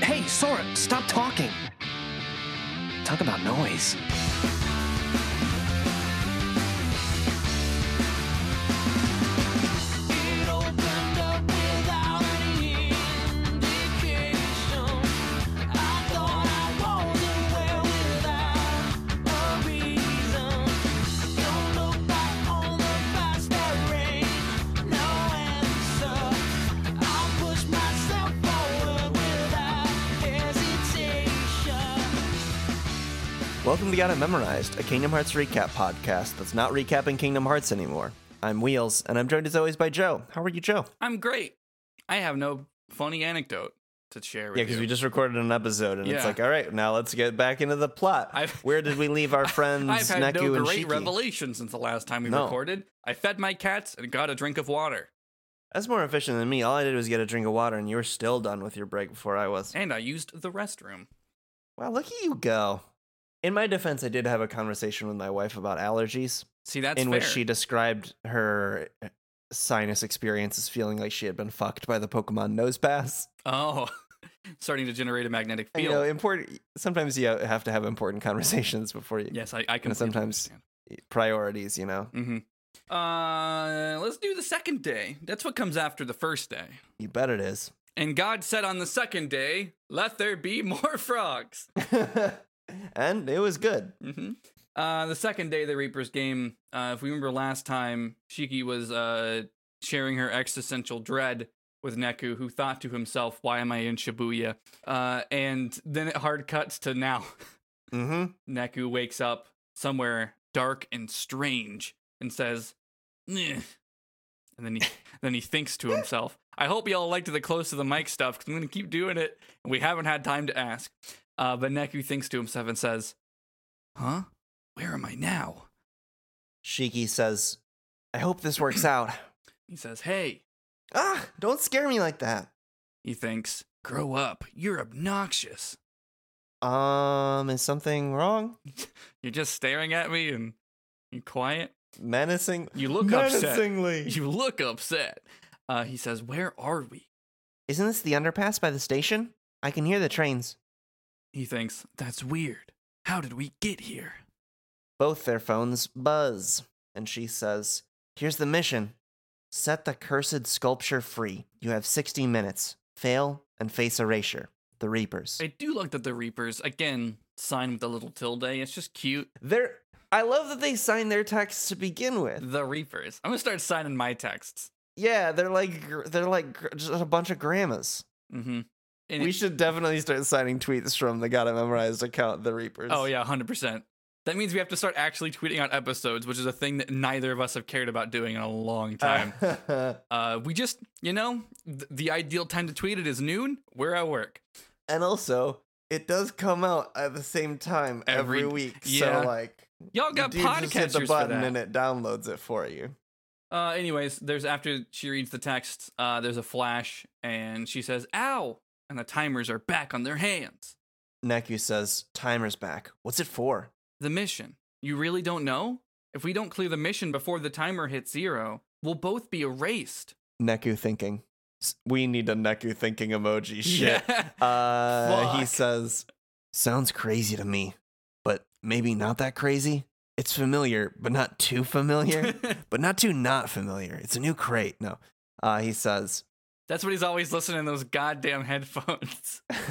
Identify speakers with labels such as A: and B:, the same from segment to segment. A: Hey, Sora, stop talking. Talk about noise.
B: Welcome to Got It Memorized, a Kingdom Hearts recap podcast that's not recapping Kingdom Hearts anymore. I'm Wheels, and I'm joined as always by Joe. How are you, Joe?
C: I'm great. I have no funny anecdote to share with
B: Yeah,
C: you.
B: because we just recorded an episode, and it's
C: Yeah.
B: like, all right, now let's get back into the plot.
C: I've-
B: Where did we leave our friends
C: I've had
B: Neku
C: no
B: and
C: great
B: Shiki?
C: revelation since the last time we
B: No.
C: recorded. I fed my cats and got a drink of water,
B: That's more efficient than me. All I did was get a drink of water, and you were still done with your break before I was.
C: and I used the restroom.
B: Wow, look at you go. In my defense, I did have a conversation with my wife about allergies,
C: See, that's
B: in
C: fair.
B: which she described her eh, sinus experience as feeling like she had been fucked by the Pokemon nose pass.
C: oh, starting to generate a magnetic
B: you
C: field.
B: know important sometimes you have to have important conversations before you
C: yes, I, I can
B: sometimes- priorities you know
C: Mm-hmm. Uh, let's do the second day. That's what comes after the first day.
B: you bet it is
C: And God said on the second day, "Let there be more frogs."
B: and it was good
C: hmm Uh, the second day of the Reapers game, uh, if we remember last time, Shiki was uh, sharing her existential dread with Neku, who thought to himself, "Why am I in Shibuya?" Uh, and then it hard cuts to now.
B: mm-hmm
C: Neku wakes up somewhere dark and strange and says, "Nyeh." and then he then he thinks to himself, "I hope y'all liked the close to the mic stuff because I'm gonna keep doing it, and we haven't had time to ask." Uh, but Neku thinks to himself and says, "Huh? Where am I now?"
B: shiki says i hope this works out
C: He says, "Hey."
B: ah don't scare me like that
C: He thinks, "Grow up. You're obnoxious.
B: um is something wrong
C: You're just staring at me and you're quiet.
B: menacing
C: You look upset.
B: menacingly
C: You look upset." Uh, he says, "Where are we?"
B: isn't this the underpass by the station i can hear the trains
C: He thinks, that's weird. How did we get here?
B: both their phones buzz and she says here's the mission set the cursed sculpture free you have 60 minutes fail and face erasure the reapers
C: I do like that the Reapers, again, sign with the little tilde. It's just cute.
B: they're i love that they sign their text to begin with
C: The Reapers. I'm going to start signing my texts.
B: yeah they're like gr- they're like gr- just a bunch of grandmas
C: Mm-hmm. And
B: we
C: it-
B: should definitely start signing tweets from the gotta memorized account the reapers
C: oh, yeah, 100%. That means we have to start actually tweeting out episodes, which is a thing that neither of us have cared about doing in a long time. Uh, we just, you know, th- the ideal time to tweet it is noon. We're at work.
B: and also it does come out at the same time every,
C: Every-
B: week
C: yeah.
B: so like
C: Y'all got
B: dude just hit
C: podcasters
B: the
C: for
B: button
C: that.
B: and it downloads it for you.
C: Uh, anyways, there's after she reads the text, uh, there's a flash, and she says, "Ow!" and the timers are back on their hands.
B: Neku says, "Timer's back. What's it for?"
C: The mission. You really don't know? If we don't clear the mission before the timer hits zero, we'll both be erased.
B: Neku thinking. S- We need a Neku thinking emoji. Shit.
C: Yeah.
B: Uh, he
C: Fuck.
B: says, "Sounds crazy to me, but maybe not that crazy. It's familiar, but not too familiar, but not too not familiar. It's a new crate." No. Uh, he says,
C: That's what he's always listening to those goddamn headphones.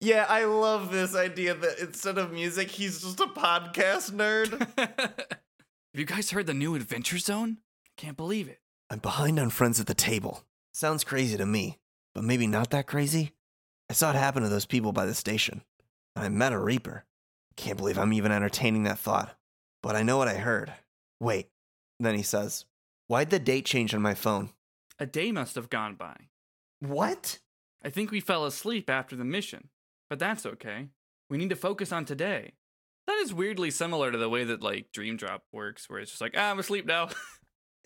B: "Yeah, I love this idea that instead of music, he's just a podcast nerd."
C: Have you guys heard the new Adventure Zone? I can't believe it.
B: I'm behind on friends at the table. Sounds crazy to me, but maybe not that crazy. I saw it happen to those people by the station, and I met a Reaper. Can't believe I'm even entertaining that thought, but I know what I heard. Wait. Then he says, Why'd the date change on my phone?
C: A day must have gone by.
B: What?
C: I think we fell asleep after the mission, but that's okay. We need to focus on today. That is weirdly similar to the way that like Dream Drop works, where it's just like, ah, I'm asleep now.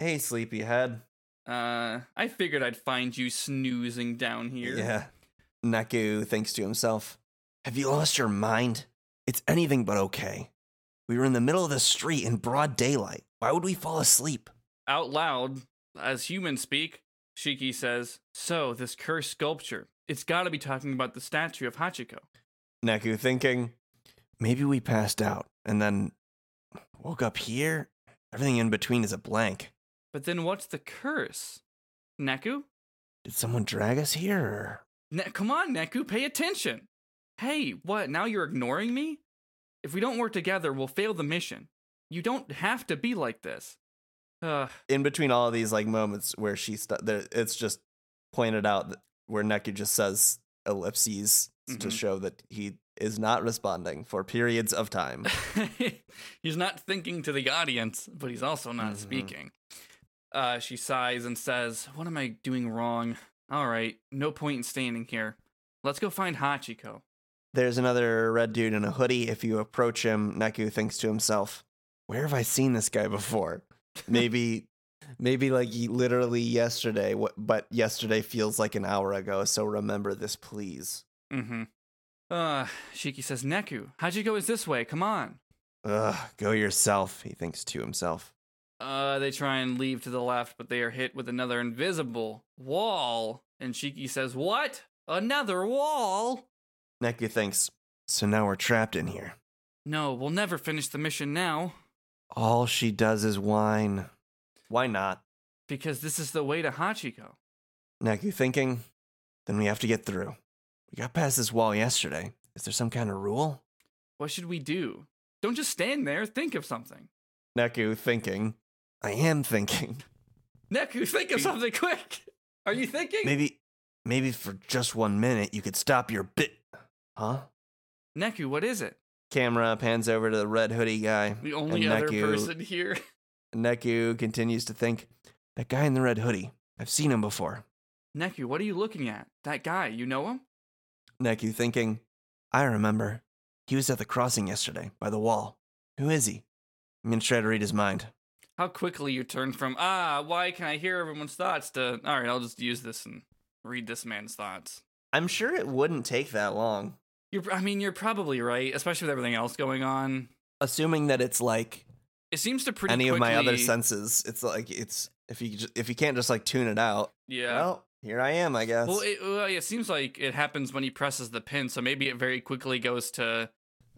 B: Hey, sleepyhead.
C: Uh, I figured I'd find you snoozing down here.
B: Yeah. Neku thinks to himself, Have you lost your mind? It's anything but okay. We were in the middle of the street in broad daylight. Why would we fall asleep?
C: Out loud, as humans speak, Shiki says, So, this cursed sculpture, it's got to be talking about the statue of Hachiko.
B: Neku thinking, maybe we passed out and then woke up here. Everything in between is a blank.
C: But then what's the curse? Neku?
B: Did someone drag us here? Or...
C: Ne- come on, Neku, pay attention. Hey, what? Now you're ignoring me? If we don't work together, we'll fail the mission. You don't have to be like this. Ugh.
B: In between all of these like moments where she stu- there, it's just pointed out that where Neku just says ellipses to
C: Mhm.
B: show that he is not responding for periods of time.
C: he's not thinking to the audience, but he's also not
B: Mhm.
C: speaking. Uh, she sighs and says, What am I doing wrong? All right, no point in standing here. Let's go find Hachiko.
B: There's another red dude in a hoodie. If you approach him, Neku thinks to himself, "Where have I seen this guy before? Maybe, maybe like ye- literally yesterday. wh- But yesterday feels like an hour ago. So remember this, please."
C: Mm-hmm. Uh, Shiki says, Neku, Hachiko is this way. Come on.
B: Ugh, go yourself. He thinks to himself.
C: Uh, they try and leave to the left, but they are hit with another invisible wall. And Shiki says, What? Another wall?
B: Neku thinks, "So now we're trapped in here.
C: No, we'll never finish the mission now
B: All she does is whine. Why not?"
C: because this is the way to Hachiko.
B: Neku thinking, "Then we have to get through. We got past this wall yesterday. Is there some kind of rule?"
C: What should we do? Don't just stand there. Think of something.
B: Neku thinking, I am thinking.
C: Neku, think of something quick. Are you thinking?
B: Maybe, maybe for just one minute you could stop your bit. Huh?
C: Neku, what is it?
B: Camera pans over to the red hoodie guy.
C: The only
B: and
C: other
B: Neku,
C: person here.
B: Neku continues to think, that guy in the red hoodie. I've seen him before.
C: Neku, what are you looking at? That guy, you know him?
B: Neku thinking, I remember. He was at the crossing yesterday by the wall. Who is he? I'm gonna try to read his mind.
C: How quickly you turn from, ah, why can I hear everyone's thoughts to, all right, I'll just use this and read this man's thoughts.
B: I'm sure it wouldn't take that long.
C: You're, I mean, you're probably right, especially with everything else going on.
B: Assuming that it's like
C: It seems to pretty
B: any of my other
C: quickly-
B: senses, it's like it's if you ju- if you can't just like tune it out,
C: Yeah.
B: Well, here I am, I guess.
C: Well, it, well, it seems like it happens when he presses the pin, so maybe it very quickly goes to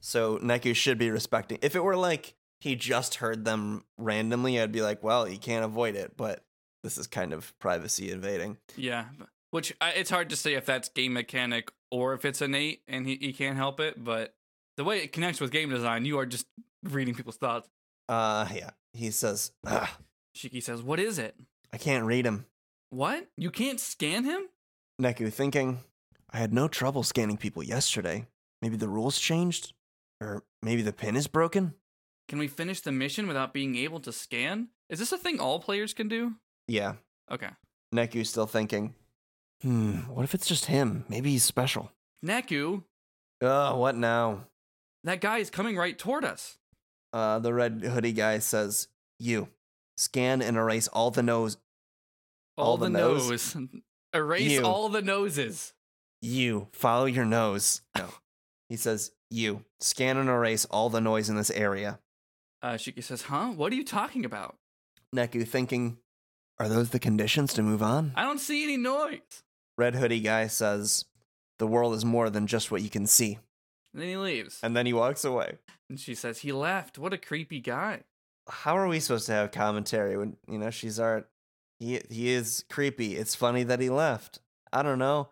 B: so Neku should be respecting. If it were like he just heard them randomly, I'd be like, well, you can't avoid it, but this is kind of privacy invading.
C: Yeah, b- which I, it's hard to say if that's game mechanic or if it's innate and he, he can't help it. But the way it connects with game design, you are just reading people's thoughts.
B: Uh, yeah. He says, Ugh,
C: Shiki says, "What is it?
B: I can't read him.
C: What? You can't scan him?
B: Neku thinking, I had no trouble scanning people yesterday. Maybe the rules changed, or maybe the pin is broken.
C: Can we finish the mission without being able to scan? Is this a thing all players can do?
B: Yeah.
C: Okay,
B: Neku still thinking, hmm, what if it's just him? Maybe he's special.
C: Neku,
B: Oh, what now?
C: that guy is coming right toward us.
B: Uh, the red hoodie guy says, "You scan and erase all the nose.
C: All,
B: All
C: the,
B: the
C: nose,
B: nose?
C: erase
B: You.
C: all the noses.
B: You follow your nose." No, he says, "You scan and erase all the noise in this area."
C: Uh, Shiki says, "Huh? What are you talking about?
B: Neku thinking, "Are those the conditions to move on?"
C: I don't see any noise."
B: Red hoodie guy says, "The world is more than just what you can see."
C: And then he leaves.
B: And then he walks away.
C: And she says, He left. What a creepy guy.
B: How are we supposed to have commentary when you know she's our? He he is creepy. It's funny that he left. I don't know.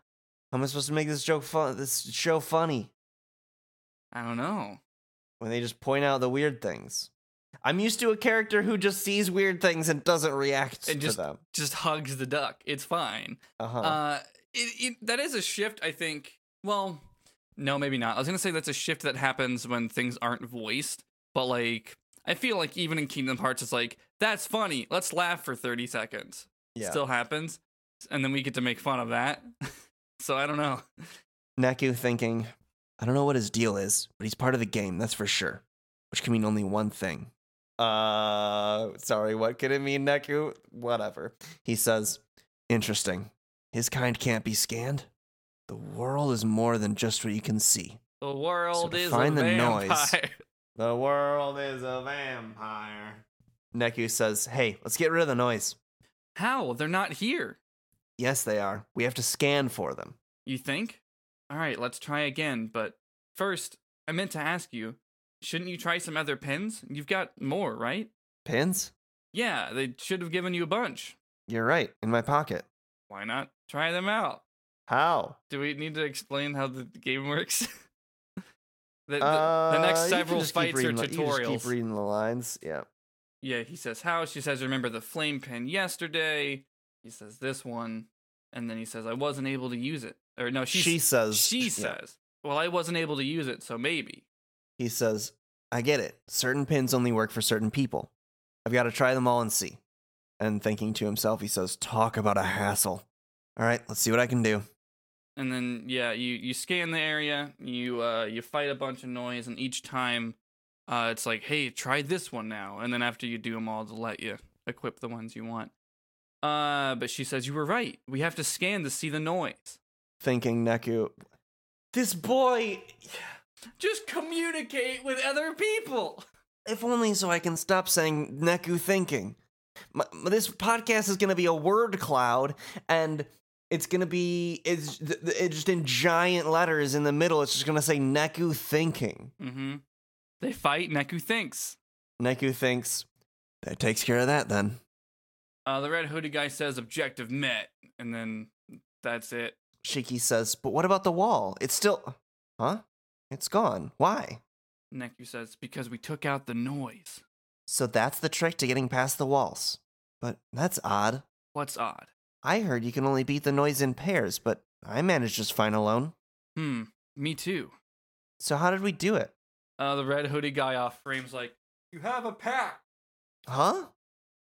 B: How am I supposed to make this joke fun? This show funny?
C: I don't know.
B: when they just point out the weird things. I'm used to a character who just sees weird things and doesn't react
C: And just-
B: to them.
C: Just hugs the duck. It's fine.
B: Uh-huh.
C: Uh, it, it, that is a shift, I think. Well, no, maybe not. I was going to say that's a shift that happens when things aren't voiced. But, like, I feel like even in Kingdom Hearts, it's like, that's funny. Let's laugh for 30 seconds.
B: yeah.
C: Still happens. And then we get to make fun of that. so I don't know.
B: Neku thinking, I don't know what his deal is, but he's part of the game, that's for sure. Which can mean only one thing. Uh, sorry, what could it mean, Neku? Whatever. He says, interesting. His kind can't be scanned. The world is more than just what you can see.
C: The world
B: to
C: is a
B: find the
C: vampire.
B: noise- The world is a vampire. Neku says, hey, let's get rid of the noise.
C: How? They're not here.
B: Yes, they are. We have to scan for them.
C: You think? All right, let's try again. But first, I meant to ask you shouldn't you try some other pins? You've got more, right?
B: Pins?
C: Yeah, they should have given you a bunch.
B: You're right, in my pocket.
C: Why not try them out?
B: How?
C: Do we need to explain how the game works? the, the,
B: Uh,
C: the next
B: you can
C: several
B: just keep
C: fights are
B: reading the- you just
C: tutorials.
B: keep reading the lines. Yeah.
C: yeah, he says how. She says, remember the flame pin yesterday. He says this one. And then he says, I wasn't able to use it. Or no, she,
B: She says.
C: she
B: yeah.
C: says, well, I wasn't able to use it, so maybe.
B: He says, I get it. Certain pins only work for certain people. I've got to try them all and see. And thinking to himself, he says, Talk about a hassle. All right, let's see what I can do.
C: and then yeah you you scan the area you uh you fight a bunch of noise and each time uh it's like hey try this one now and then after you do them all to let you equip the ones you want uh but she says you were right we have to scan to see the noise
B: Thinking, Neku, this boy,
C: just communicate with other people
B: if only so I can stop saying Neku thinking. My, my- this podcast is going to be a word cloud and. It's gonna be it's, th- th- it's just in giant letters in the middle. It's just gonna say Neku thinking.
C: mm-hmm they fight neku thinks
B: Neku thinks that takes care of that. Then
C: uh the red hoodie guy says objective met and then that's it
B: Shiki says, But what about the wall? It's still. Huh? It's gone. Why?
C: neku says because we took out the noise
B: So that's the trick to getting past the walls. But that's odd.
C: what's odd
B: I heard you can only beat the noise in pairs, but I managed just fine alone.
C: hmm me too
B: So how did we do it?
C: Uh, the red hoodie guy off frame's like, You have a pack.
B: Huh?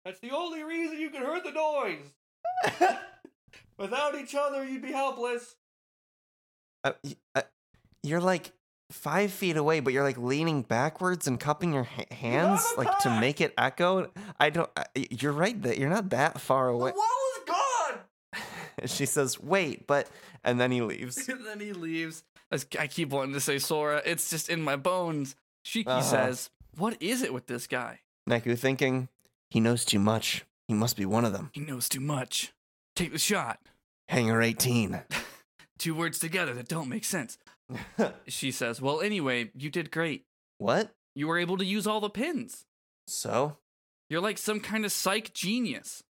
C: That's the only reason you can hurt the noise. Without each other, you'd be helpless.
B: Uh, y- uh, you're like five feet away, but you're like leaning backwards and cupping your ha- hands
C: have a
B: like to
C: pack!
B: make it echo. I don't. I, you're right that you're not that far away.
C: is gone.
B: she says, "Wait," but and then he leaves.
C: and then he leaves. As- I keep wanting to say Sora. It's just in my bones. Shiki
B: Uh-huh.
C: says, What is it with this guy?
B: Neku thinking, he knows too much. He must be one of them.
C: He knows too much. Take the shot.
B: Hanger 18.
C: Two words together that don't make sense. She says, Well, anyway, you did great.
B: what?
C: You were able to use all the pins.
B: So?
C: You're like some kind of psych genius.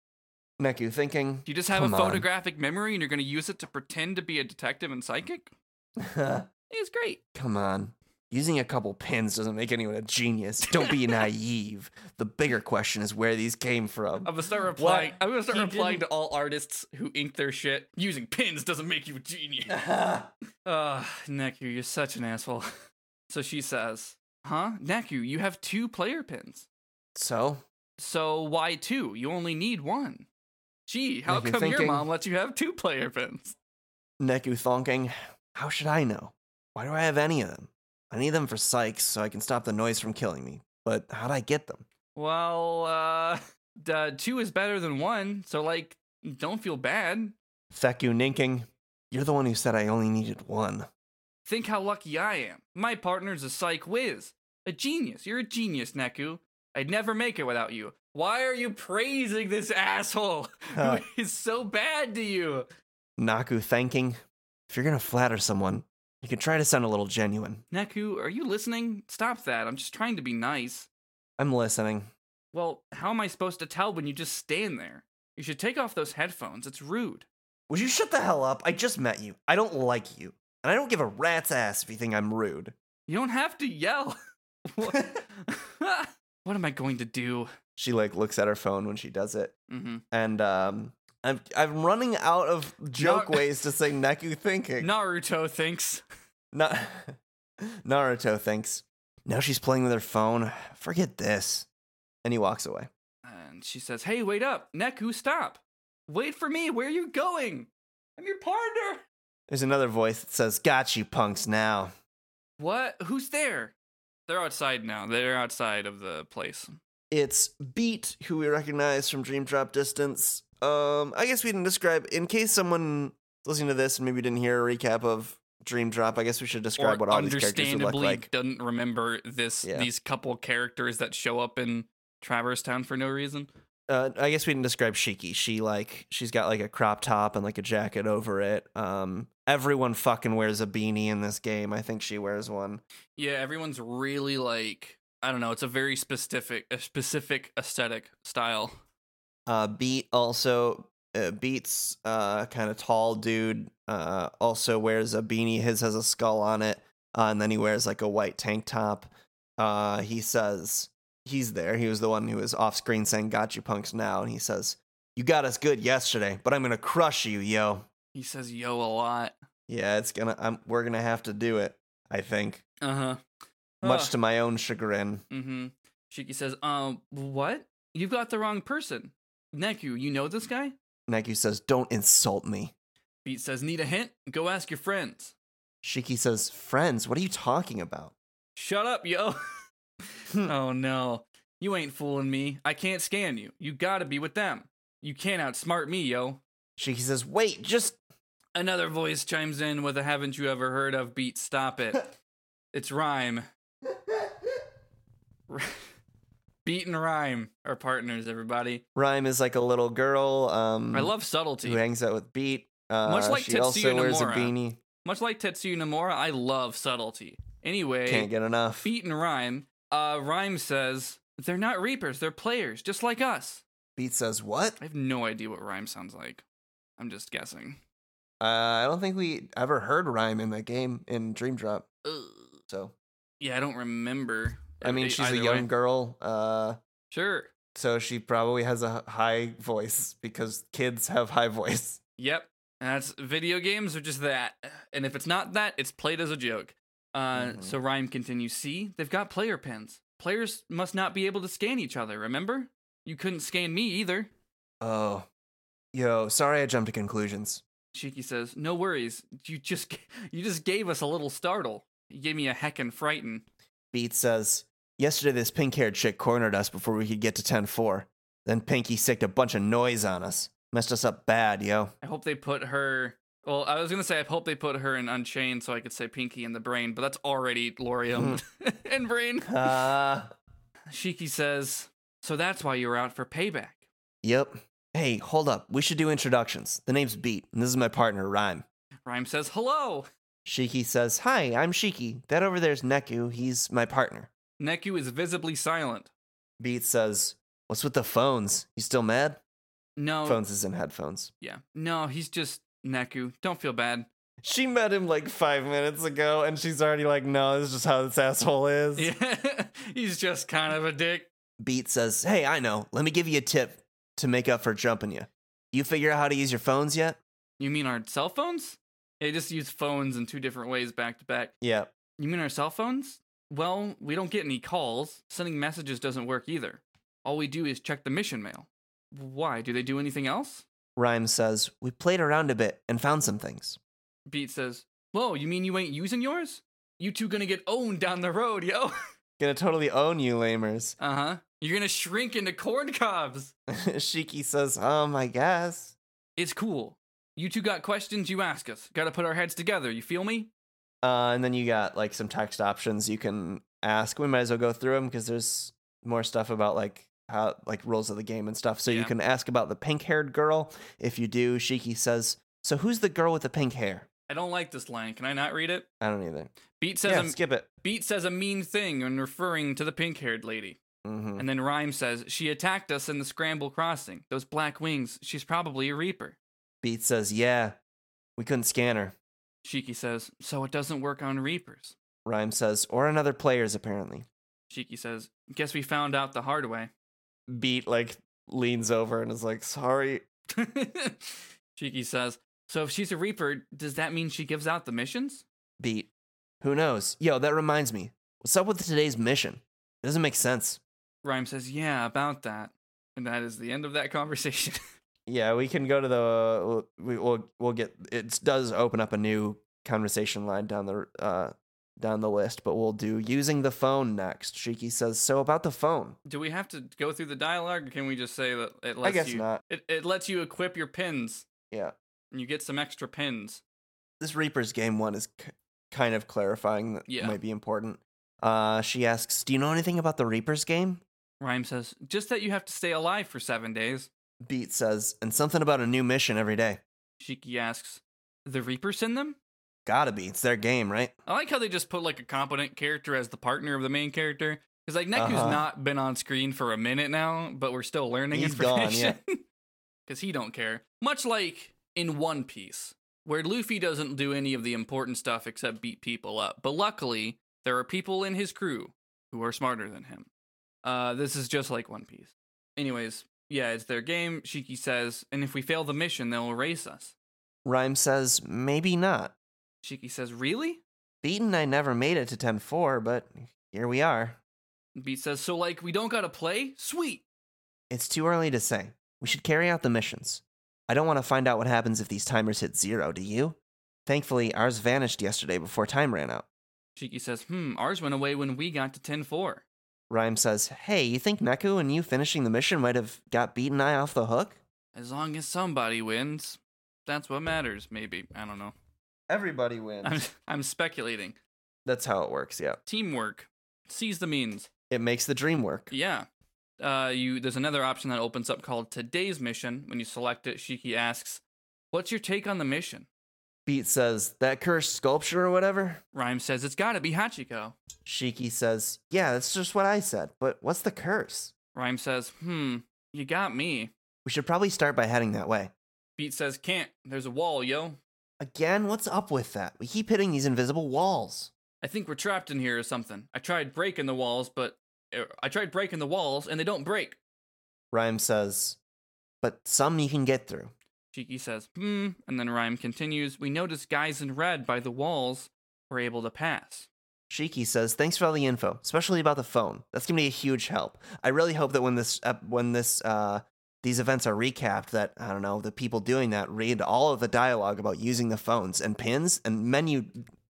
B: Neku thinking,
C: You just have
B: Come
C: a
B: on.
C: photographic memory and you're going to use it to pretend to be a detective and psychic? It's great.
B: come on. Using a couple pins doesn't make anyone a genius. Don't be naive. The bigger question is where these came from.
C: I'm gonna start replying. I'm gonna start
B: He
C: replying
B: didn't-
C: to all artists who ink their shit. Using pins doesn't make you a genius. Ugh, Neku, you're such an asshole. So she says, "Huh, Neku, you have two player pins.
B: so?
C: So why two? You only need one. Gee, how
B: Make you
C: come your
B: thinking.
C: mom lets you have two player pins?
B: Neku thonking, how should I know? Why do I have any of them? I need them for psychs so I can stop the noise from killing me. But how'd I get them?
C: Well, uh, duh, two is better than one. So like, don't feel bad.
B: Theku ninking, you're the one who said I only needed one.
C: Think how lucky I am. My partner's a psych whiz. A genius. You're a genius, Neku. I'd never make it without you. Why are you praising this asshole
B: Huh.
C: who is so bad to you?
B: Uh, Naku thanking. If you're gonna flatter someone, you can try to sound a little genuine.
C: Neku, are you listening? Stop that. I'm just trying to be nice.
B: I'm listening.
C: Well, how am I supposed to tell when you just stand there? You should take off those headphones. It's rude.
B: Would you shut the hell up? I just met you. I don't like you. And I don't give a rat's ass if you think I'm rude.
C: You don't have to yell. what What am I going to do?
B: She like looks at her phone when she does it.
C: hmm
B: And um I'm I'm running out of joke
C: Nar-
B: ways to say Neku thinking.
C: Naruto thinks.
B: Na- Naruto thinks. Now she's playing with her phone. Forget this. And he walks away.
C: And she says, Hey, wait up. Neku, stop. Wait for me. Where are you going? I'm your partner.
B: There's another voice that says, Got you punks now.
C: What? Who's there? They're outside now. They're outside of the place.
B: It's Beat, who we recognize from Dream Drop Distance. Um, I guess we didn't describe in case someone listening to this and maybe didn't hear a recap of Dream Drop. I guess we should describe what all these characters would look
C: understandably
B: like.
C: doesn't remember this
B: Yeah.
C: these couple characters that show up in Traverse Town for no reason.
B: uh, I guess we didn't describe Shiki. She like she's got like a crop top and like a jacket over it. Um, everyone fucking wears a beanie in this game. I think she wears one.
C: Yeah, everyone's really like I don't know. It's a very specific, a specific aesthetic style.
B: Uh, Beat also uh, Beats uh kind of tall dude uh also wears a beanie. His has a skull on it, uh, and then he wears like a white tank top. Uh, he says he's there. He was the one who was off screen saying "Got you punks now," and he says, "You got us good yesterday, but I'm gonna crush you, yo."
C: He says "yo" a lot.
B: Yeah, it's gonna. I'm, we're gonna have to do it. I think,
C: Uh huh.
B: much to my own chagrin.
C: Mm-hmm. Shiki says, "Um, what? You've got the wrong person. Neku, you know this guy?"
B: Neku says, "Don't insult me."
C: Beat says, "Need a hint? Go ask your friends."
B: Shiki says, "Friends, what are you talking about?"
C: Shut up, yo. oh no, you ain't fooling me. I can't scan you. You gotta be with them. You can't outsmart me, yo.
B: Shiki says, "Wait, just
C: Another voice chimes in with a "Haven't you ever heard of?" Beat, stop it. it's rhyme. Beat and rhyme are partners, everybody.
B: Rhyme is like a little girl. Um,
C: I love subtlety.
B: who hangs out with Beat. Uh,
C: Much like
B: she
C: Tetsuya
B: also wears a
C: Nomura.
B: beanie.
C: Much like Tetsuya Nomura, I love subtlety. Anyway,
B: Can't get enough.
C: Beat and Rhyme, uh, Rhyme says, they're not Reapers, they're players, just like us.
B: Beat says, "What?"
C: I have no idea what Rhyme sounds like. I'm just guessing.
B: Uh, I don't think we ever heard Rhyme in the game in Dream Drop.
C: Ugh.
B: So
C: Yeah, I don't remember.
B: I mean,
C: e-
B: she's a
C: either
B: young
C: way.
B: girl. Uh,
C: Sure.
B: so she probably has a h- high voice because kids have high voice.
C: Yep. And that's video games are just that. And if it's not that, it's played as a joke. Uh,
B: Mhm.
C: So Rhyme continues See, they've got player pins. Players must not be able to scan each other, remember? You couldn't scan me either.
B: Oh, yo, sorry, I jumped to conclusions.
C: Shiki says, "No worries. You just you just gave us a little startle. You gave me a heckin' frighten."
B: Beat says, Yesterday, this pink haired chick cornered us before we could get to 10 4. Then Pinky sicked a bunch of noise on us. Messed us up bad, yo.
C: I hope they put her. Well, I was gonna say I hope they put her in Unchained so I could say Pinky and the Brain, but that's already Lorium and Brain.
B: Uh,
C: Shiki says, "So that's why you were out for payback."
B: yep. Hey, hold up. We should do introductions. The name's Beat, and this is my partner, Rhyme.
C: Rhyme says, "Hello."
B: Shiki says, Hi, I'm Shiki. That over there's Neku. He's my partner.
C: Neku is visibly silent.
B: Beat says, What's with the phones? You still mad?
C: No.
B: Phones is in headphones.
C: Yeah. No, he's just Neku. Don't feel bad.
B: She met him like five minutes ago, and she's already like, No, this is just how this asshole is.
C: Yeah. he's just kind of a dick.
B: Beat says, Hey, I know. Let me give you a tip to make up for jumping you. You figure out how to use your phones yet?
C: You mean our cell phones? They just use phones in two different ways back to back.
B: Yeah.
C: You mean our cell phones? Well, we don't get any calls. Sending messages doesn't work either. All we do is check the mission mail. Why? Do they do anything else?
B: Rhyme says, We played around a bit and found some things.
C: Beat says, Whoa, you mean you ain't using yours? You two gonna get owned down the road, yo.
B: Gonna totally own you, lamers.
C: Uh huh. You're gonna shrink into corn cobs.
B: Shiki says, Um, I guess.
C: It's cool. You two got questions, you ask us. Gotta put our heads together, you feel me?
B: Uh, and then you got like some text options you can ask. We might as well go through them because there's more stuff about like how like rules of the game and stuff. So you
C: Yeah.
B: can ask about the pink haired girl. If you do, Shiki says, So who's the girl with the pink hair?
C: I don't like this line. Can I not read it?
B: I don't either.
C: Beat says,
B: Yeah,
C: I'm-
B: skip it.
C: Beat says a mean thing when referring to the pink haired lady.
B: Mm-hmm.
C: And then Rhyme says, She attacked us in the Scramble Crossing. Those black wings, she's probably a Reaper.
B: Beat says, Yeah, we couldn't scan her.
C: Shiki says, So it doesn't work on Reapers.
B: Rhyme says, Or another player's apparently.
C: Shiki says, Guess we found out the hard way.
B: Beat like leans over and is like, Sorry.
C: Shiki says, So if she's a Reaper, does that mean she gives out the missions?
B: Beat. Who knows? Yo, that reminds me. What's up with today's mission? It doesn't make sense.
C: Rhyme says, Yeah, about that. And that is the end of that conversation.
B: Yeah, we can go to the we, we'll we'll get it does open up a new conversation line down the uh down the list, but we'll do using the phone next. Shiki says, "So about the phone."
C: Do we have to go through the dialogue, or can we just say that it lets
B: I guess
C: you
B: not.
C: It, it lets you equip your pins?
B: Yeah.
C: And you get some extra pins.
B: This Reaper's game one is k- kind of clarifying that
C: Yeah.
B: might be important. Uh she asks, "Do you know anything about the Reaper's game?"
C: Rhyme says, just that you have to stay alive for seven days.
B: Beat says, and something about a new mission every day.
C: Shiki asks, the Reaper send them?
B: Gotta be. It's their game, right?
C: I like how they just put like a competent character as the partner of the main character. Because like Neku's
B: Uh-huh.
C: not been on screen for a minute now, but we're still learning
B: He's gone,
C: information. Because he don't care. Much like in One Piece, where Luffy doesn't do any of the important stuff except beat people up. But luckily, there are people in his crew who are smarter than him. Uh, this is just like One Piece. Anyways, yeah, it's their game. Shiki says, and if we fail the mission, they'll erase us.
B: Rhyme says, maybe not.
C: Shiki says, really?
B: Beat and I never made it to 10 4, but here we are.
C: Beat says, so like we don't gotta play? Sweet.
B: It's too early to say. We should carry out the missions. I don't want to find out what happens if these timers hit zero, do you? Thankfully, ours vanished yesterday before time ran out.
C: Shiki says, hmm, ours went away when we got to 10 4.
B: Rhyme says, Hey, you think Neku and you finishing the mission might have got Beat and I off the hook?
C: As long as somebody wins, that's what matters, maybe. I don't know.
B: Everybody
C: I'm,
B: wins.
C: I'm speculating.
B: That's how it works, yeah.
C: Teamwork. Seize the means.
B: It makes the dream work.
C: Yeah. Uh, you there's another option that opens up called today's mission. When you select it, Shiki asks, What's your take on the mission?
B: Beat says, That cursed sculpture or whatever?
C: Rhyme says it's gotta be Hachiko.
B: Shiki says, Yeah, that's just what I said, but what's the curse?
C: Rhyme says, hmm, you got me.
B: We should probably start by heading that way.
C: Beat says, can't. There's a wall, yo.
B: Again, what's up with that? We keep hitting these invisible walls.
C: I think we're trapped in here or something. I tried breaking the walls, but er, I tried breaking the walls and they don't break.
B: Rhyme says, But some you can get through.
C: Shiki says, hmm, and then Rhyme continues, We noticed guys in red by the walls were able to pass.
B: Shiki says, "Thanks for all the info, especially about the phone. That's gonna be a huge help. I really hope that when this ep- when this uh, these events are recapped, that I don't know the people doing that read all of the dialogue about using the phones and pins and menu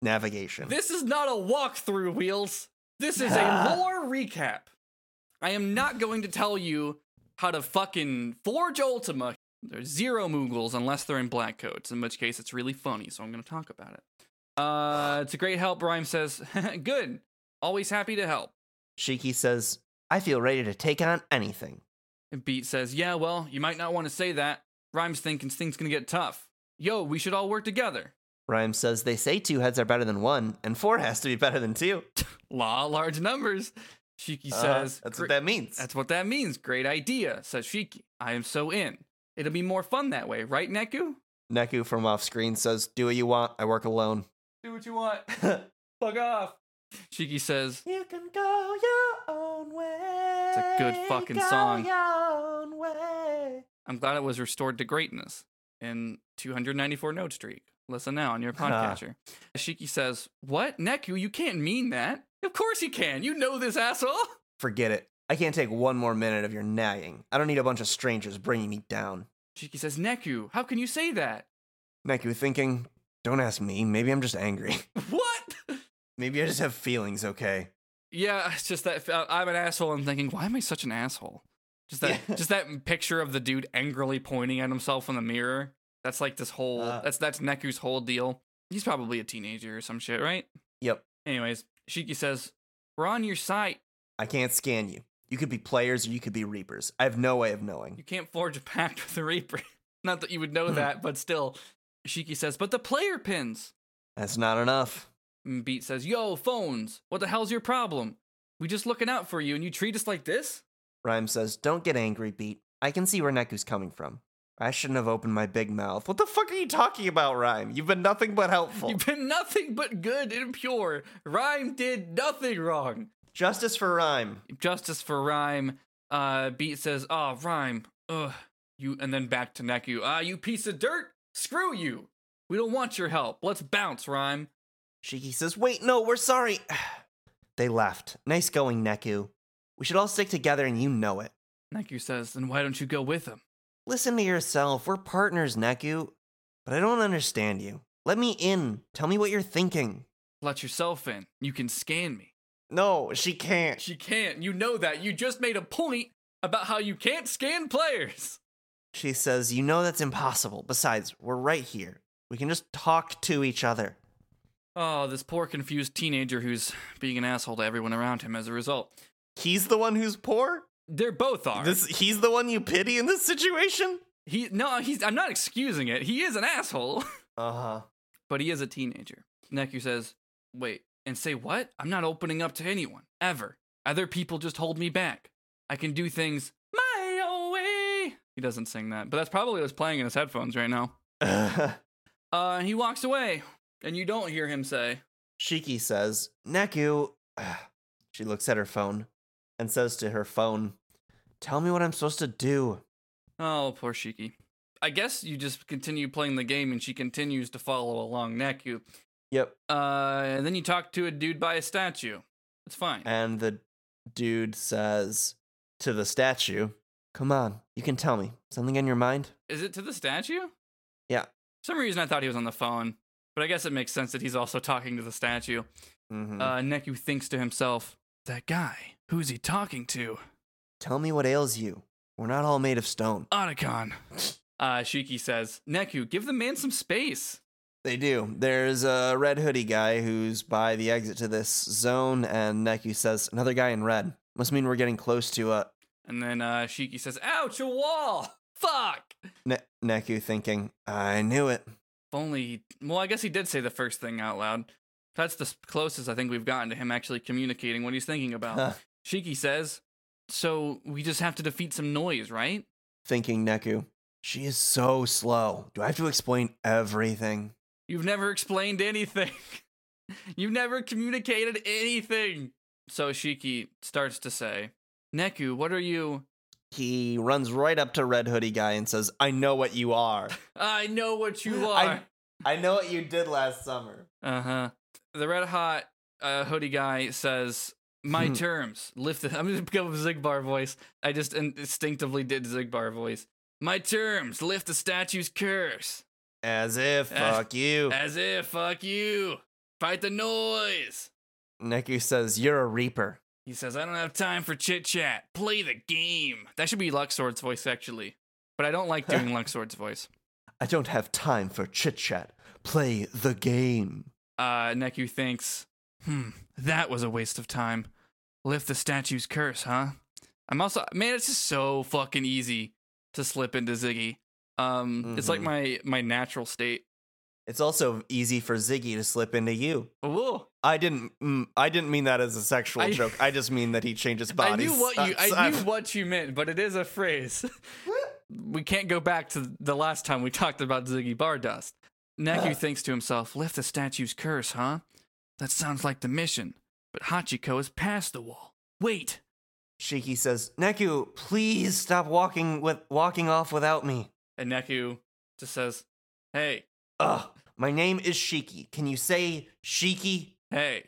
B: navigation.
C: This is not a walkthrough, Wheels. This is a lore recap. I am not going to tell you how to fucking forge Ultima. There's zero Moogles unless they're in black coats, in which case it's really funny, so I'm going to talk about it. Uh, it's a great help, Rhyme says. Good. Always happy to help.
B: Shiki says, "I feel ready to take on anything."
C: And Beat says, Yeah, well, you might not want to say that. Rhymes thinking things gonna get tough. Yo, we should all work together.
B: Rhyme says, "They say two heads are better than one, and four has to be better than two.
C: Law, large numbers. Shiki
B: Uh,
C: says,
B: "That's
C: "Gre-
B: what that means."
C: Uh-huh. That's what that means. Great idea, says Shiki. I am so in. It'll be more fun that way, right, Neku?
B: Neku from off screen says, "Do what you want. I work alone."
C: Do what you want. Fuck off. Shiki says,
B: You can go your own way.
C: It's a good fucking song.
B: your own way.
C: I'm glad it was restored to greatness in 294 note streak. Listen now on your podcatcher. Shiki says, What? Neku, you can't mean that. Of course you can. You know this asshole.
B: Forget it. I can't take one more minute of your nagging. I don't need a bunch of strangers bringing me down.
C: Shiki says, Neku, how can you say that?
B: Neku thinking, don't ask me. Maybe I'm just angry.
C: What?
B: Maybe I just have feelings, okay?
C: Yeah, it's just that uh, I'm an asshole. I'm thinking, why am I such an asshole? Just that,
B: Yeah.
C: just that picture of the dude angrily pointing at himself in the mirror. That's like this whole.
B: Uh.
C: that's that's Neku's whole deal. He's probably a teenager or some shit, right?
B: Yep.
C: Anyways, Shiki says, "We're on your site.
B: I can't scan you. You could be players or you could be reapers. I have no way of
C: You
B: knowing.
C: can't forge a pact with the Reaper. Not that you would know that, but still." Shiki says, "But the player pins."
B: That's not enough.
C: And Beat says, "Yo, phones. What the hell's your problem? We just looking out for you, and you treat us like this."
B: Rhyme says, don't get angry, Beat. I can see where Neku's coming from. I shouldn't have opened my big mouth. What the fuck are you talking about, Rhyme? You've been nothing but helpful.
C: You've been nothing but good and pure. Rhyme did nothing wrong.
B: Justice for Rhyme.
C: Justice for Rhyme. Uh, Beat says, "Ah, Rhyme. Ugh, you." And then back to Neku. Ah, you piece of dirt. Screw you. We don't want your help. Let's bounce, Rhyme.
B: Shiki says, Wait, no, we're sorry. they left. Nice going, Neku. We should all stick together and you know it.
C: Neku says, "Then why don't you go with him?"
B: Listen to yourself. We're partners, Neku. But I don't understand you. Let me in. Tell me what you're thinking.
C: Let yourself in. You can scan me.
B: No, she can't.
C: She can't. You know that. You just made a point about how you can't scan players.
B: She says, You know that's impossible. Besides, we're right here. We can just talk to each other.
C: Oh, this poor confused teenager who's being an asshole to everyone around him as a result.
B: He's the one who's poor?
C: They're both are.
B: This he's the one you pity in this situation?
C: he no, he's I'm not excusing it. He is an asshole,
B: Uh-huh.
C: but he is a teenager. Neku says, "Wait, and say what? I'm not opening up to anyone ever. Other people just hold me back. I can do things my own way." He doesn't sing that, but that's probably what's playing in his headphones right now.
B: Uh-huh.
C: Uh, he walks away, and you don't hear him say,
B: Shiki says, Neku. She looks at her phone and says to her phone, Tell me what I'm supposed to do.
C: Oh, poor Shiki. I guess you just continue playing the game and she continues to follow along Neku.
B: Yep.
C: Uh, and then you talk to a dude by a statue. It's fine.
B: And the dude says to the statue, Come on, you can tell me. Something on your mind?
C: Is it to the statue?
B: Yeah.
C: For some reason, I thought he was on the phone, but I guess it makes sense that he's also talking to the statue.
B: Mm-hmm.
C: Uh, Neku thinks to himself, that guy, who's he talking to?
B: tell me what ails you. We're not all made of stone.
C: Otacon. Uh, Shiki says, Neku, give the man some space.
B: They do. There's a red hoodie guy who's by the exit to this zone, and Neku says, Another guy in red. Must mean we're getting close to a.
C: And then uh, Shiki says, ouch, a wall! Fuck!
B: Ne- Neku thinking, I knew it.
C: If only, he- well, I guess he did say the first thing out loud. That's the s- closest I think we've gotten to him actually communicating what he's thinking about. Shiki says, So we just have to defeat some noise, right?
B: thinking Neku. She is so slow. Do I have to explain everything?
C: You've never explained anything. You've never communicated anything. So Shiki starts to say, Neku, what are you?
B: He runs right up to Red Hoodie Guy and says, I know what you are.
C: I know what you are.
B: I- I know what you did last summer.
C: Uh huh. The red hot uh, hoodie guy says, "My
B: Hmm.
C: terms." Lift. The, I'm gonna pick up a Zigbar voice. I just in- instinctively did Zigbar voice. My terms. Lift the statue's curse.
B: As if,
C: Eh.
B: fuck you.
C: As if. Fuck you. Fight the noise.
B: Neku says, You're a Reaper.
C: He says, "I don't have time for chit chat. Play the game." That should be Luxord's voice actually, but I don't like doing Luxord's voice.
B: I don't have time for chit chat. Play the game.
C: Uh, Neku thinks, hmm, that was a waste of time. Lift the statue's curse, huh? I'm also, man, it's just so fucking easy to slip into Ziggy. Um, it's like
B: Mhm.
C: my my natural state.
B: It's also easy for Ziggy to slip into you.
C: Whoa.
B: I didn't. Mm, I didn't mean that as a sexual
C: I-
B: joke. I just mean that he changes
C: I
B: bodies.
C: knew what you I
B: That's-
C: knew what you meant, but it is a phrase. we can't go back to the last time we talked about Ziggy Bardust. Neku thinks to himself, "Lift the statue's curse, huh? That sounds like the mission." But Hachiko is past the wall. Wait,
B: Shiki says, Neku, please stop walking with walking off without me.
C: And Neku just says, Hey,
B: Ugh, my name is Shiki. Can you say Shiki?
C: hey.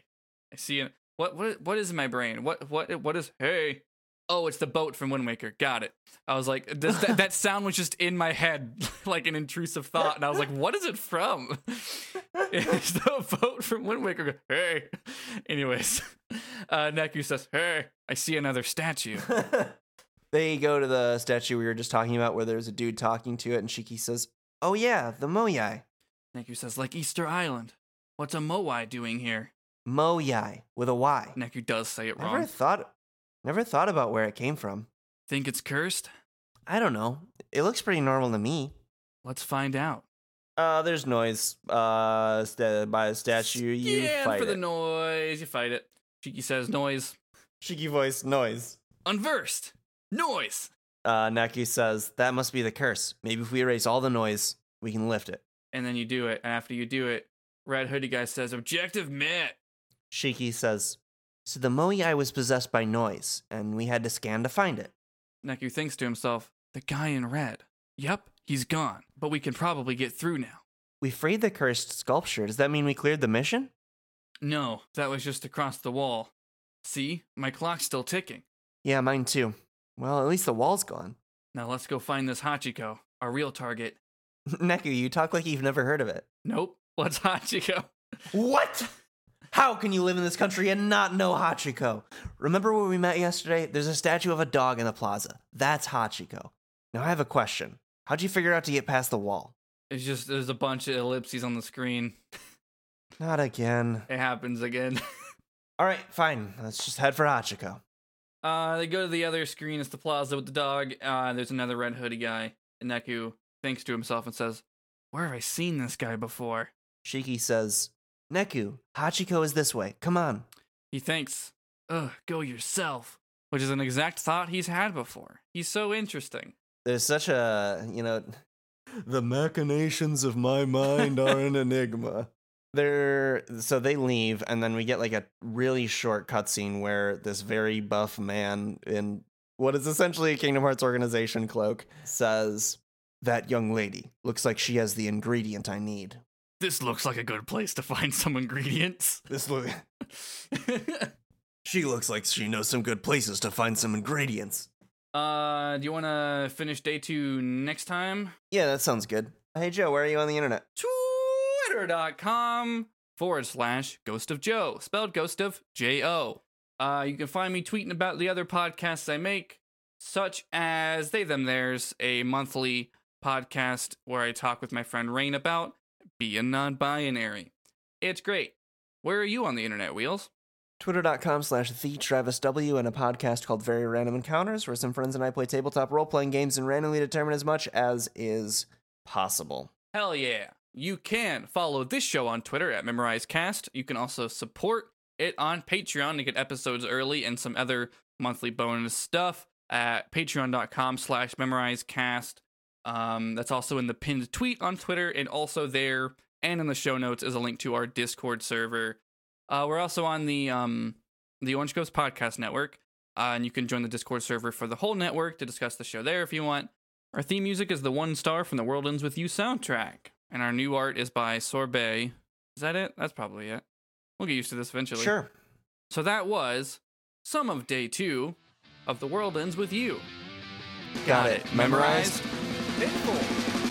C: I see it. What what what is in my brain? What what what is hey? Oh, it's the boat from Wind Waker. Got it. I was like, this, that, that sound was just in my head, like an intrusive thought, and I was like, what is it from? it's the boat from Wind Waker. Hey. Anyways, uh, Neku says, hey. I see another statue.
B: they go to the statue we were just talking about where there's a dude talking to it, and Shiki says, Oh yeah, the Moyai.
C: Neku says, like Easter Island. What's a moai doing here?
B: Moyai with a Y.
C: Neku does say it
B: Never
C: wrong.
B: thought never thought about where it came from.
C: Think it's cursed?
B: I don't know. It looks pretty normal to me.
C: Let's find out.
B: Uh, there's noise. Uh, sta- by the statue, you
C: yeah,
B: fight
C: for the
B: it.
C: noise, you fight it. Shiki says noise.
B: Shiki voice noise.
C: Unversed. Noise.
B: uh, Neku says, That must be the curse. Maybe if we erase all the noise, we can lift it.
C: And then you do it. And after you do it, Red Hoodie guy says, Objective met.
B: Shiki says, So the Moyai was possessed by noise, and we had to scan to find it.
C: Neku thinks to himself, The guy in red. Yep, he's gone. But we can probably get through now.
B: We freed the cursed sculpture. Does that mean we cleared the mission?
C: No, that was just across the wall. See, my clock's still ticking.
B: Yeah, mine too. Well, at least the wall's gone.
C: Now let's go find this Hachiko, our real target.
B: Neku, you talk like you've never heard of it.
C: Nope, what's Hachiko?
B: What? How can you live in this country and not know Hachiko? Remember where we met yesterday? There's a statue of a dog in the plaza. That's Hachiko. Now I have a question. How'd you figure out to get past the wall?
C: It's just, there's a bunch of ellipses on the screen.
B: Not again.
C: It happens again.
B: All right, fine. Let's just head for Hachiko.
C: Uh, they go to the other screen. It's the plaza with the dog. Uh, there's another red hoodie guy. And Neku thinks to himself and says, "Where have I seen this guy before?"
B: Shiki says, Neku, Hachiko is this way. Come on.
C: He thinks, "Ugh, go yourself," which is an exact thought he's had before. He's so interesting.
B: There's such a, you know, the machinations of my mind are an enigma. They're so they leave, and then we get like a really short cutscene where this very buff man in what is essentially a Kingdom Hearts organization cloak says, That young lady looks like she has the ingredient I need.
C: This looks like a good place to find some ingredients.
B: This look She looks like she knows some good places to find some ingredients.
C: uh, do you want to finish day two next time?
B: Yeah, that sounds good. Hey Joe, where are you on the internet?
C: twitter.com forward slash ghost of joe spelled ghost of j-o uh, you can find me tweeting about the other podcasts i make such as they them theirs a monthly podcast where i talk with my friend rain about being non-binary it's great where are you on the internet wheels
B: twitter.com slash the travis w and a podcast called very random encounters where some friends and i play tabletop role-playing games and randomly determine as much as is possible
C: Hell yeah. You can follow this show on Twitter at MemorizeCast. You can also support it on Patreon to get episodes early and some other monthly bonus stuff at patreon.com slash MemorizeCast. Um, that's also in the pinned tweet on Twitter and also there and in the show notes is a link to our Discord server. Uh, we're also on the um, the Orange Coast Podcast Network, uh, and you can join the Discord server for the whole network to discuss the show there if you want. Our theme music is the one star from the World Ends With You soundtrack. And our new art is by Sorbet. Is that it? That's probably it. We'll get used to this eventually.
B: sure
C: So that was some of day two of The World Ends With You.
B: got, it memorized
C: Memorized?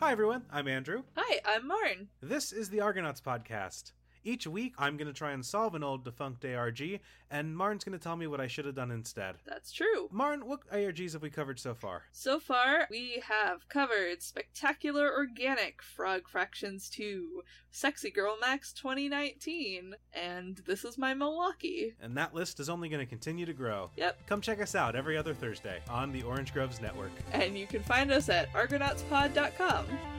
D: Hi, everyone. I'm Andrew.
E: Hi, I'm Marn.
D: This is the Argonauts podcast. Each week, I'm going to try and solve an old defunct ARG, and Marn's going to tell me what I should have done instead.
E: That's true.
D: Marn, what ARGs have we covered so far?
E: So far, we have covered Spectacular Organic Frog Fractions 2, Sexy Girl Max 2019, and This Is My Milwaukee.
D: And that list is only going to continue to grow.
E: Yep.
D: Come check us out every other Thursday on the Orange Groves Network.
E: And you can find us at argonautspod.com.